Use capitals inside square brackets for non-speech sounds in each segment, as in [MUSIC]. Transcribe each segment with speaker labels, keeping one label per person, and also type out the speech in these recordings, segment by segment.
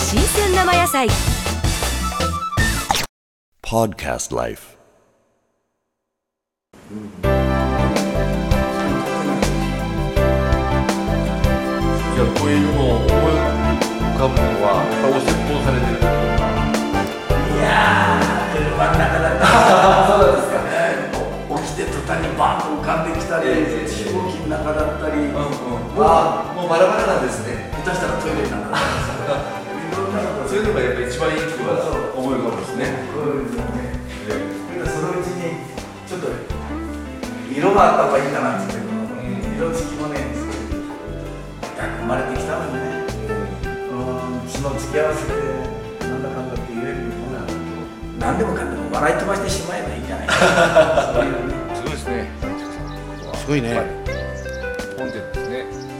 Speaker 1: 生野菜
Speaker 2: Podcast Life.
Speaker 3: いやこういうのを思い浮かぶのは顔を切望されてるとか
Speaker 4: いやー、車の中だったそうですか。起きて途端にバンと浮かんできたり、飛行機の中だったり、
Speaker 3: あもうバラバラなんですね
Speaker 4: 下手したらトイレの中だったり、いろんなこと
Speaker 3: そういうのがやっぱり一番いいっていうのは思い浮かぶんですね
Speaker 4: そうですよね。だからそのうちに、ちょっと色があった方がいいかなっていうのも、色つきもね、生まれてきたのにね、うん、その付き合わせで、なんだかんだって言えるような、何でもかんでも笑い飛ばしてしまえばいいんじゃないかな、そういうね。
Speaker 3: すごいですね
Speaker 5: すごいね。
Speaker 3: コンテンツですね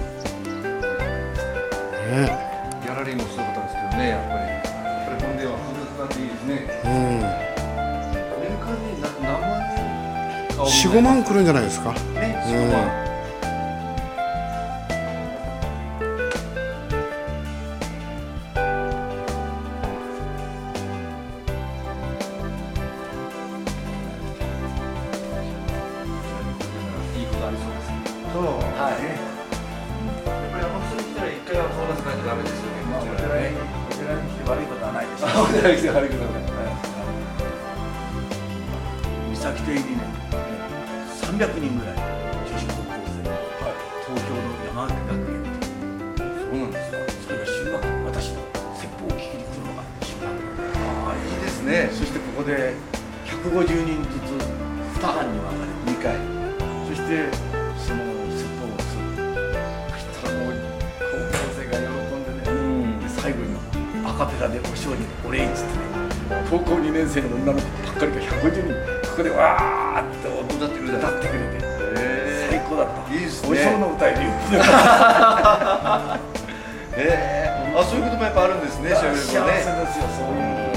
Speaker 5: ね
Speaker 3: ギャラリーもすごかったですけどねやっぱりやっぱり本殿は複雑なんでいいですね
Speaker 5: う
Speaker 3: 年間にな何万人か
Speaker 5: ん。四五万くるんじゃないですか。
Speaker 3: ね
Speaker 5: う
Speaker 3: 四
Speaker 5: ん
Speaker 3: 五万いいことありそうですね
Speaker 4: [LAUGHS] そう、はい、ね、
Speaker 3: やっぱりあの人来たら一回は顔出さないとダメですよね
Speaker 4: まあ、お
Speaker 3: こちら
Speaker 4: 寺
Speaker 3: ね
Speaker 4: に、お寺に来て悪いことはないでしょ。
Speaker 3: お寺に来て悪いことないう
Speaker 4: 三崎亭にね、300人ぐらい、女子高校生、東京の山形学園っ
Speaker 3: そうなんで
Speaker 4: ていう
Speaker 3: すか
Speaker 4: それが修学、私の説法を聞きに来るのが修学。
Speaker 3: あいいですね
Speaker 4: そしてここで150人ずつ、2班に分かれて、
Speaker 3: 二回
Speaker 4: そしてその説法をする。そしたらもう、高校生が喜んでね。
Speaker 3: うん
Speaker 4: で最後にアカペラでお正にお礼っつってね高校2年生の女の子ばっかりが150人ここでわーって踊
Speaker 3: 歌ってくれた
Speaker 4: 歌ってくれて
Speaker 3: え
Speaker 4: 最高だった
Speaker 3: いいですね
Speaker 4: お正の歌えるよ
Speaker 3: えー、あそういうこともやっぱあるんですね、シェル
Speaker 4: 幸せですよそういう